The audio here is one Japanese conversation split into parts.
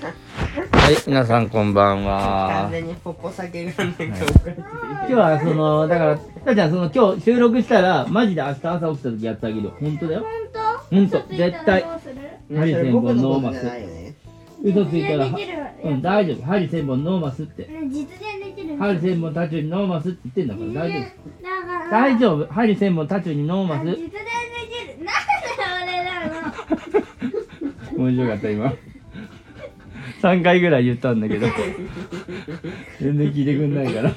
はい、皆さんこんばんは完。全にポポ酒がなんか送られてる今日はその、だから、たちゃんその今日収録したら、マジで明日朝起きた時やってあげるよ。本当だよ。本ほ当んと絶対どうするねそれ僕のノーこマとじゃス。ないよね嘘ついたら、実現できるわうん、大丈夫。針千本ノーマスって。ね実現できる針千本タチュウにノーマスって言ってんだから大丈夫。だから大丈夫。針千本タチュウにノーマ実現でス。きるなんで俺なの面白かった 今。3回ぐらい言ったんだけど。全然聞いてくんないから。ね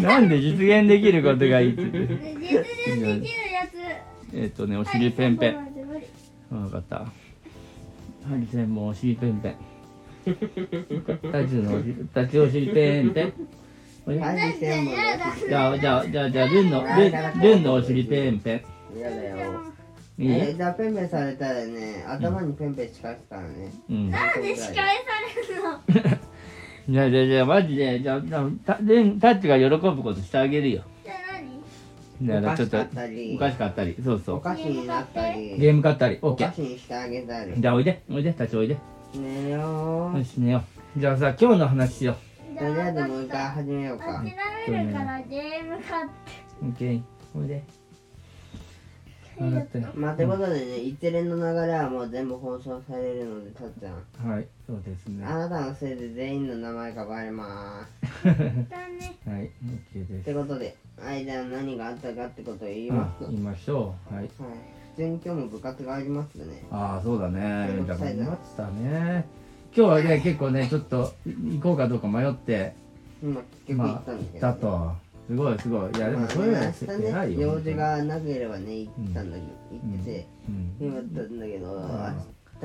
なんで実現できることがいいって言って。実現できるやつえっとね、お尻ペンペン。無理分かった。針専門お尻ペンペン。タチのお尻、タチお尻ペンペン。マジでもうやだじゃあ、じゃあ、じゃあ、じゃあ、ルンの、ルン、ルンのお尻ペンペ嫌だよン。いい、えー、じゃあペンペンされたらね頭にペンペン近づくからねうん。なんで司会されるのじゃあ、じゃあ、じゃあ、マジで、じゃあ、じゃあ、たルン、タッチが喜ぶことしてあげるよ。じゃあだ何から、ちょっと、お菓子買ったりお菓子買ったり、そうそおう。菓子になったりゲーム買ったり、オおッケ菓ー。子にしてあげたりじゃあ、おいで、おいで、タチおいで。ねよよーし、寝よう。じゃあさ、今日の話しよとりあえずもう一回始めようか諦めるからゲーム買ってう。オッケー、おいで。分かったよ。まあ、ということでね、一連の流れはもう全部放送されるので、たっちゃん。はい、そうですね。 はあなたのせいで全員の名前がバレまい、だねオッケーですーす。。ってことで、間何があったかってことを言いまあすと。は言いましょう。はい。い。普通に今日も部活がありますね。ああ、そうだね。 16みた歳いだな待ってたね。今日はね、結構ね、ちょっと行こうかどうか迷って、今、結局行ったんだけど。だと。すごいすごい。いや、でまもあそういうのは明日偉ね、いよ。用事がなければね、行ったんだけうど、ん行ってて、うん今だったんだけど、ん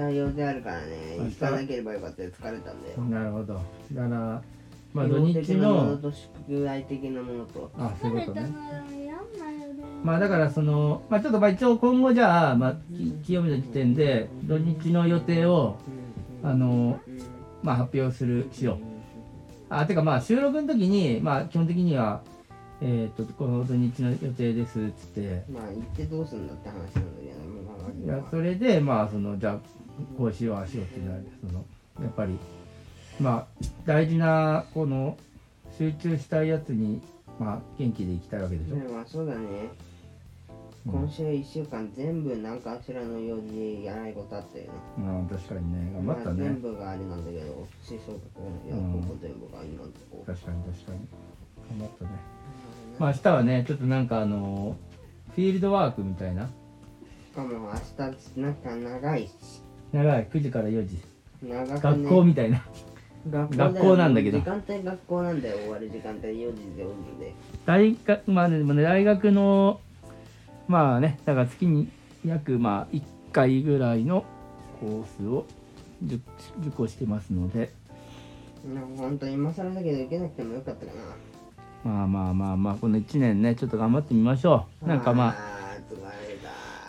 明日用事あるからね、明行日かなければよかったよ、疲れたんだよ。なるほど。だから、まあ希土望的日なものの、と宿題的なものと。あそう食いべうこたとのやねん。ないよねまあだからその、まあちょっとまあ一応今後じゃあ、まあき清水の時点で土日の予定を、あの、うんまあ発表する、しよう。あてかまあ収録の時にまあ基本的にはえっ、とこの土日の予定ですっつってまあ行ってどうすんだって話なんだけどね、まあまあいやそれでまあそのじゃあこうしようああしようってなるそのやっぱりまあ大事なこの集中したいやつにまあ元気でいきたいわけでしょ、ねまあそうだね、うん今週1週間全部なんかしらの用事やらないことあったよねまあ、確かにね頑張ったまあね全部があれなんだけど吹奏楽のうんやつほぼ全部が今のとこ確かに確かに頑張ったねまあ明日はねちょっとなんかあのフィールドワークみたいなしかも明日なんか長いし長い9時から4時長くね学校みたいな学校学校なんだけど時間帯学校なんだよ終わる時間帯4時で終わるんで大学まあでもね大学のまあねだから月に約まあ1回ぐらいのコースを受受講してますのでなんか本当今更だけど受けなくてもよかったかなまあまあまあまあこの1年ねちょっと頑張ってみましょうなんかまああー疲れ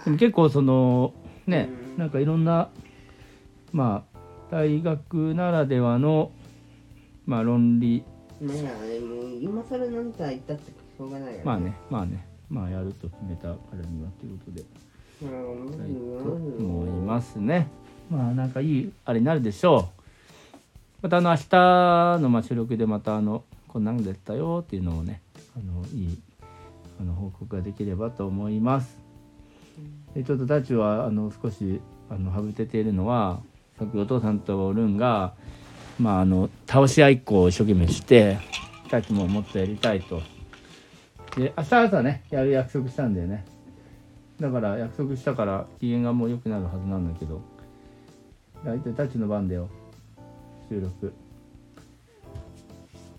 でも結構そのねうんなんかいろんなまあ大学ならではのまあ論理たまあもう今更なんか言ったってしょうがないよまあねまあねまあやると決めたからにはということでうん思いますね。まあなんかいいあれになるでしょう。またあの明日のまあ収録でまたあのこんなんだったよっていうのをねあのいいあの報告ができればと思います。でちょっとたちはあの少しあのはぶてているのはさっきお父さんとルンがまああの倒し合いっこを一生懸命してたちももっとやりたいと。で明日朝ねやる約束したんだよね。だから約束したから機嫌がもう良くなるはずなんだけど大体タッチの番だよ収録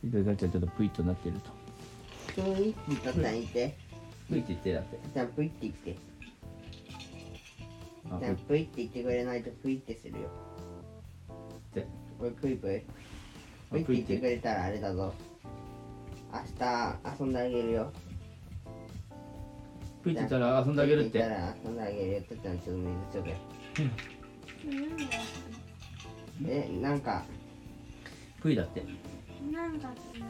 大体タッチはちょっとプイッとなってるとプイって言ったら言って。プイって言ってだってじゃあプイって言って。あプじゃイあっプイって言ってくれないとプイってするよ。て俺プイプイ。あプイってプイ言っってくてれたらあれだぞ。明日遊んであげるよ。プイって言ったら遊んであげるっプイってて言ったら遊んであげるよ。たっちゃんちょっと水ちょけ。え、なんか、プイだってなんかって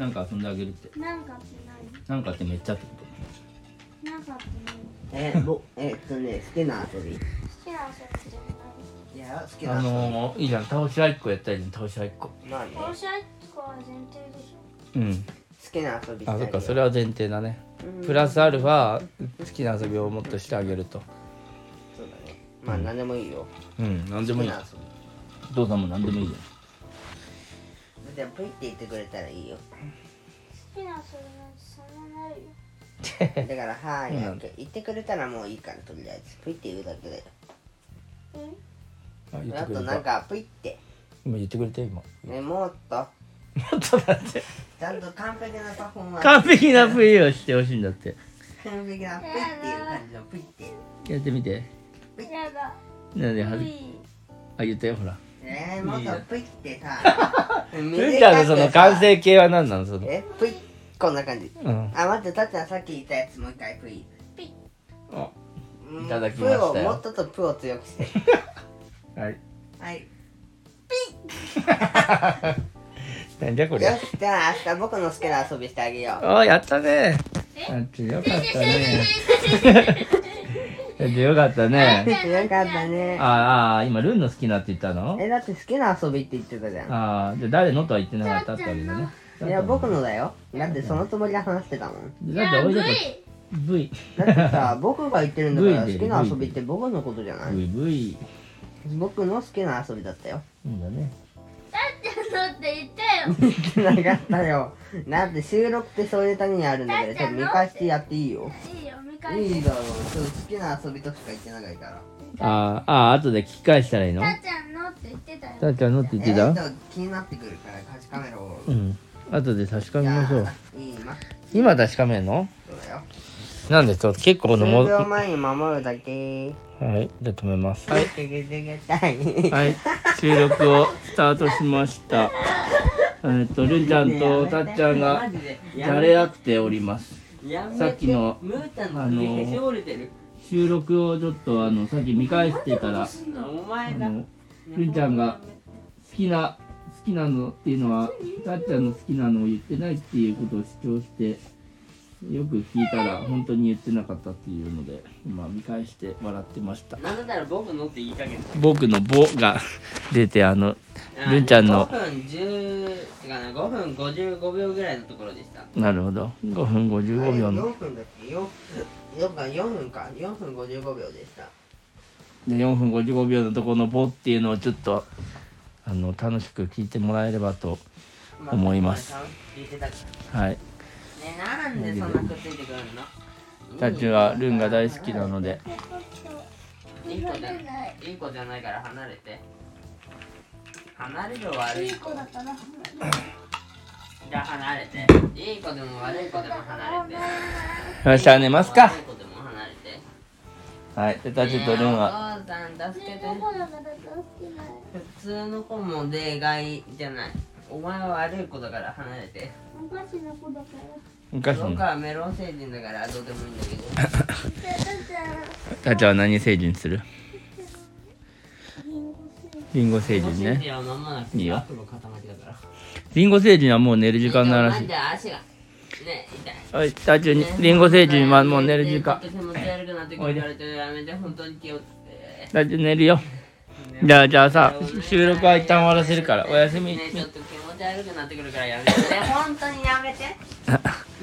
なんか遊んであげるって何なんかってなんかってめっちゃってこ何なんかって何え、ぼ、えっとね、好きな遊び。好きな遊びじゃないえいや好きだあのーいいじゃん倒し合いっこやったらいいじゃん倒し合いっこまあね放射一個は前提でしょうん好きな遊びしたありそっかそれはは前提だねプラスアルファ好きな遊びをもっとしてあげるとそうだねまあ何でもいいようん何で好もきいいな遊びお父さんも何でもいいじゃじゃあプイって言ってくれたらいいよ好きな遊びなんてそんなないよだから「はーい」うんなんて言ってくれたらもういいからとりあえずプイって言うだけだようんんあ言っあてくとれなんたかプイって今言ってくれた今ねもっともっとだってちゃんと完璧なパフォーマンス 完璧な V をしてほしいんだって完璧なプイっていう感じのプイってやってみてやだなんでう恥ずいあ言ったよほらねえもっとプイってさ ふんちゃんのその完成形は何なのそのえプイこんな感じうんあ待ってたっちゃんさっき言ったやつもう一回プイあうんいただきましたよプをもっととプを強くして はいはいなんじゃこよりゃしじゃあ明日僕の好きな遊びしてあげようあやったねえあっちよかった ねやってよかったねよかったねああ今ルンの好きなって言ったのえだって好きな遊びって言ってたじゃんああじゃあ誰のとは言ってなかったってわけだねいや僕のだよだってそのつもりで話してたもんだってや俺ぶだいけ V だってさ僕が言ってるん だからルイで好きな遊びって僕のことじゃない V V 僕の好きな遊びだったようんだねだってのって言ったよ言ってなかったよだって収録ってそういうためにあるんだからちょっと見返してやっていいよいいよ見返いいしだろうちょっと好きな遊びとしか言ってないからあーあー後で聞き返したらいいのたっちゃんのって言ってたよたっちゃんのって言ってえーたちょっと気になってくるから貸しカメラをうん後で確かいめましょうやいいま今確かめんのそうだよなんでちょっと結構数のも秒前に守るだけはいじゃあ止めますはいてげてげた いはい、収録をスタートしました。えっと、るんちゃんとたっちゃんがマジでじゃれ合っております。やめてさっきのムータンあのの手しおれてる収録をちょっと、あの、さっき見返してたら、あお前だの、るんちゃんが好きな、好きなのっていうのは、たっちゃんの好きなのを言ってないっていうことを主張して、よく聞いたら本当に言ってなかったっていうので、今見返して笑ってました。なんだったら僕のって言いかけた僕のボが出て、あの、るんちゃんの5分10てかな5分55秒ぐらいのところでしたなるほど、5分55秒の。 4分だっけ 4, 分か4分55秒でしたで4分55秒のところの「ボ」っていうのをちょっとあの楽しく聞いてもらえればと思います言ってたっけはいねなんでそんなくっついてくるのタッチはルンが大好きなのでいい子じゃいないいい子じゃないから離れて離れる悪いいじ子だからゃあ離れていい子でも悪い子でも離れてよしじゃあ寝ますか悪い子でも離れてはいでタッチとルンはねえお父さん助けていい子だから大好きなの普通の子も例外じゃないお前は悪い子だから離れておかしな子だから昔の僕はメロン星人だからどうでもいいんだけどじゃあたっちゃんタッチは何星人するリンゴ水リンゴ星メ人ねロン星人は飲まなくいいてよアップの塊だからリンゴ星人はもう寝る時間ならしいじゃあ足がね痛いはいタッチにリンゴ星人はもう寝る時間気持ち悪くなってくるからちょっとやめて本当に気をつけタッチ寝るよじゃあじゃあさ収録は一旦終わらせるからおやすみねちょっと気持ち悪くなってくるからやめてね本当にやめて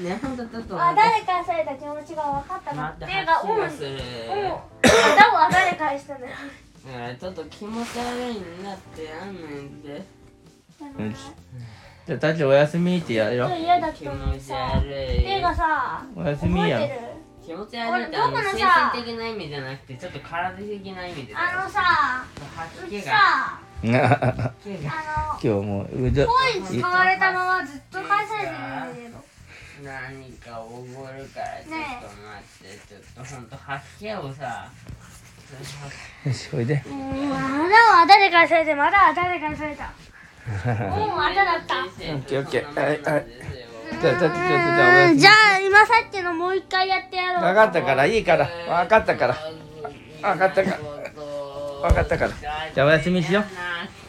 ね本当ちょっとあ待って誰かされた気持ちが分かった待なってっていうか拍手うんうがんするだは誰かしたのようんちょっと気持ち悪いんだってやめてうんじゃあタッチおやすみってやるちょよっと嫌だった気の持にちさ悪っていういかさおやすみ覚やえんてる気持ち悪いってあの俺僕の精さ神的な意味じゃなくてちょっと体的な意味でだよあのさう吐ちき気がさ 今吐き気があの日もううどポイ使われたままずっと返されてるんだ何かおごるからちょっと待って、ちょっとほんと吐き気をさよしおいでけどうんまだは誰かされてまだは誰かされたもうまただったオッケーオッケーはいはいいじゃあちょっとちょっとじゃあおやすみじゃあ今さっきのもう一回やってやろう分かったからいいから分かったからわかったかわかったからじゃあおやすみしよ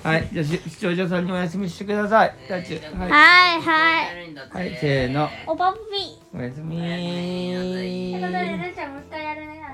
うはいじゃあし視聴者さんにお休みしてくださいタッチはい、はいはいはい、せーのおパピおやすみーということでルーちゃんもう一回やるね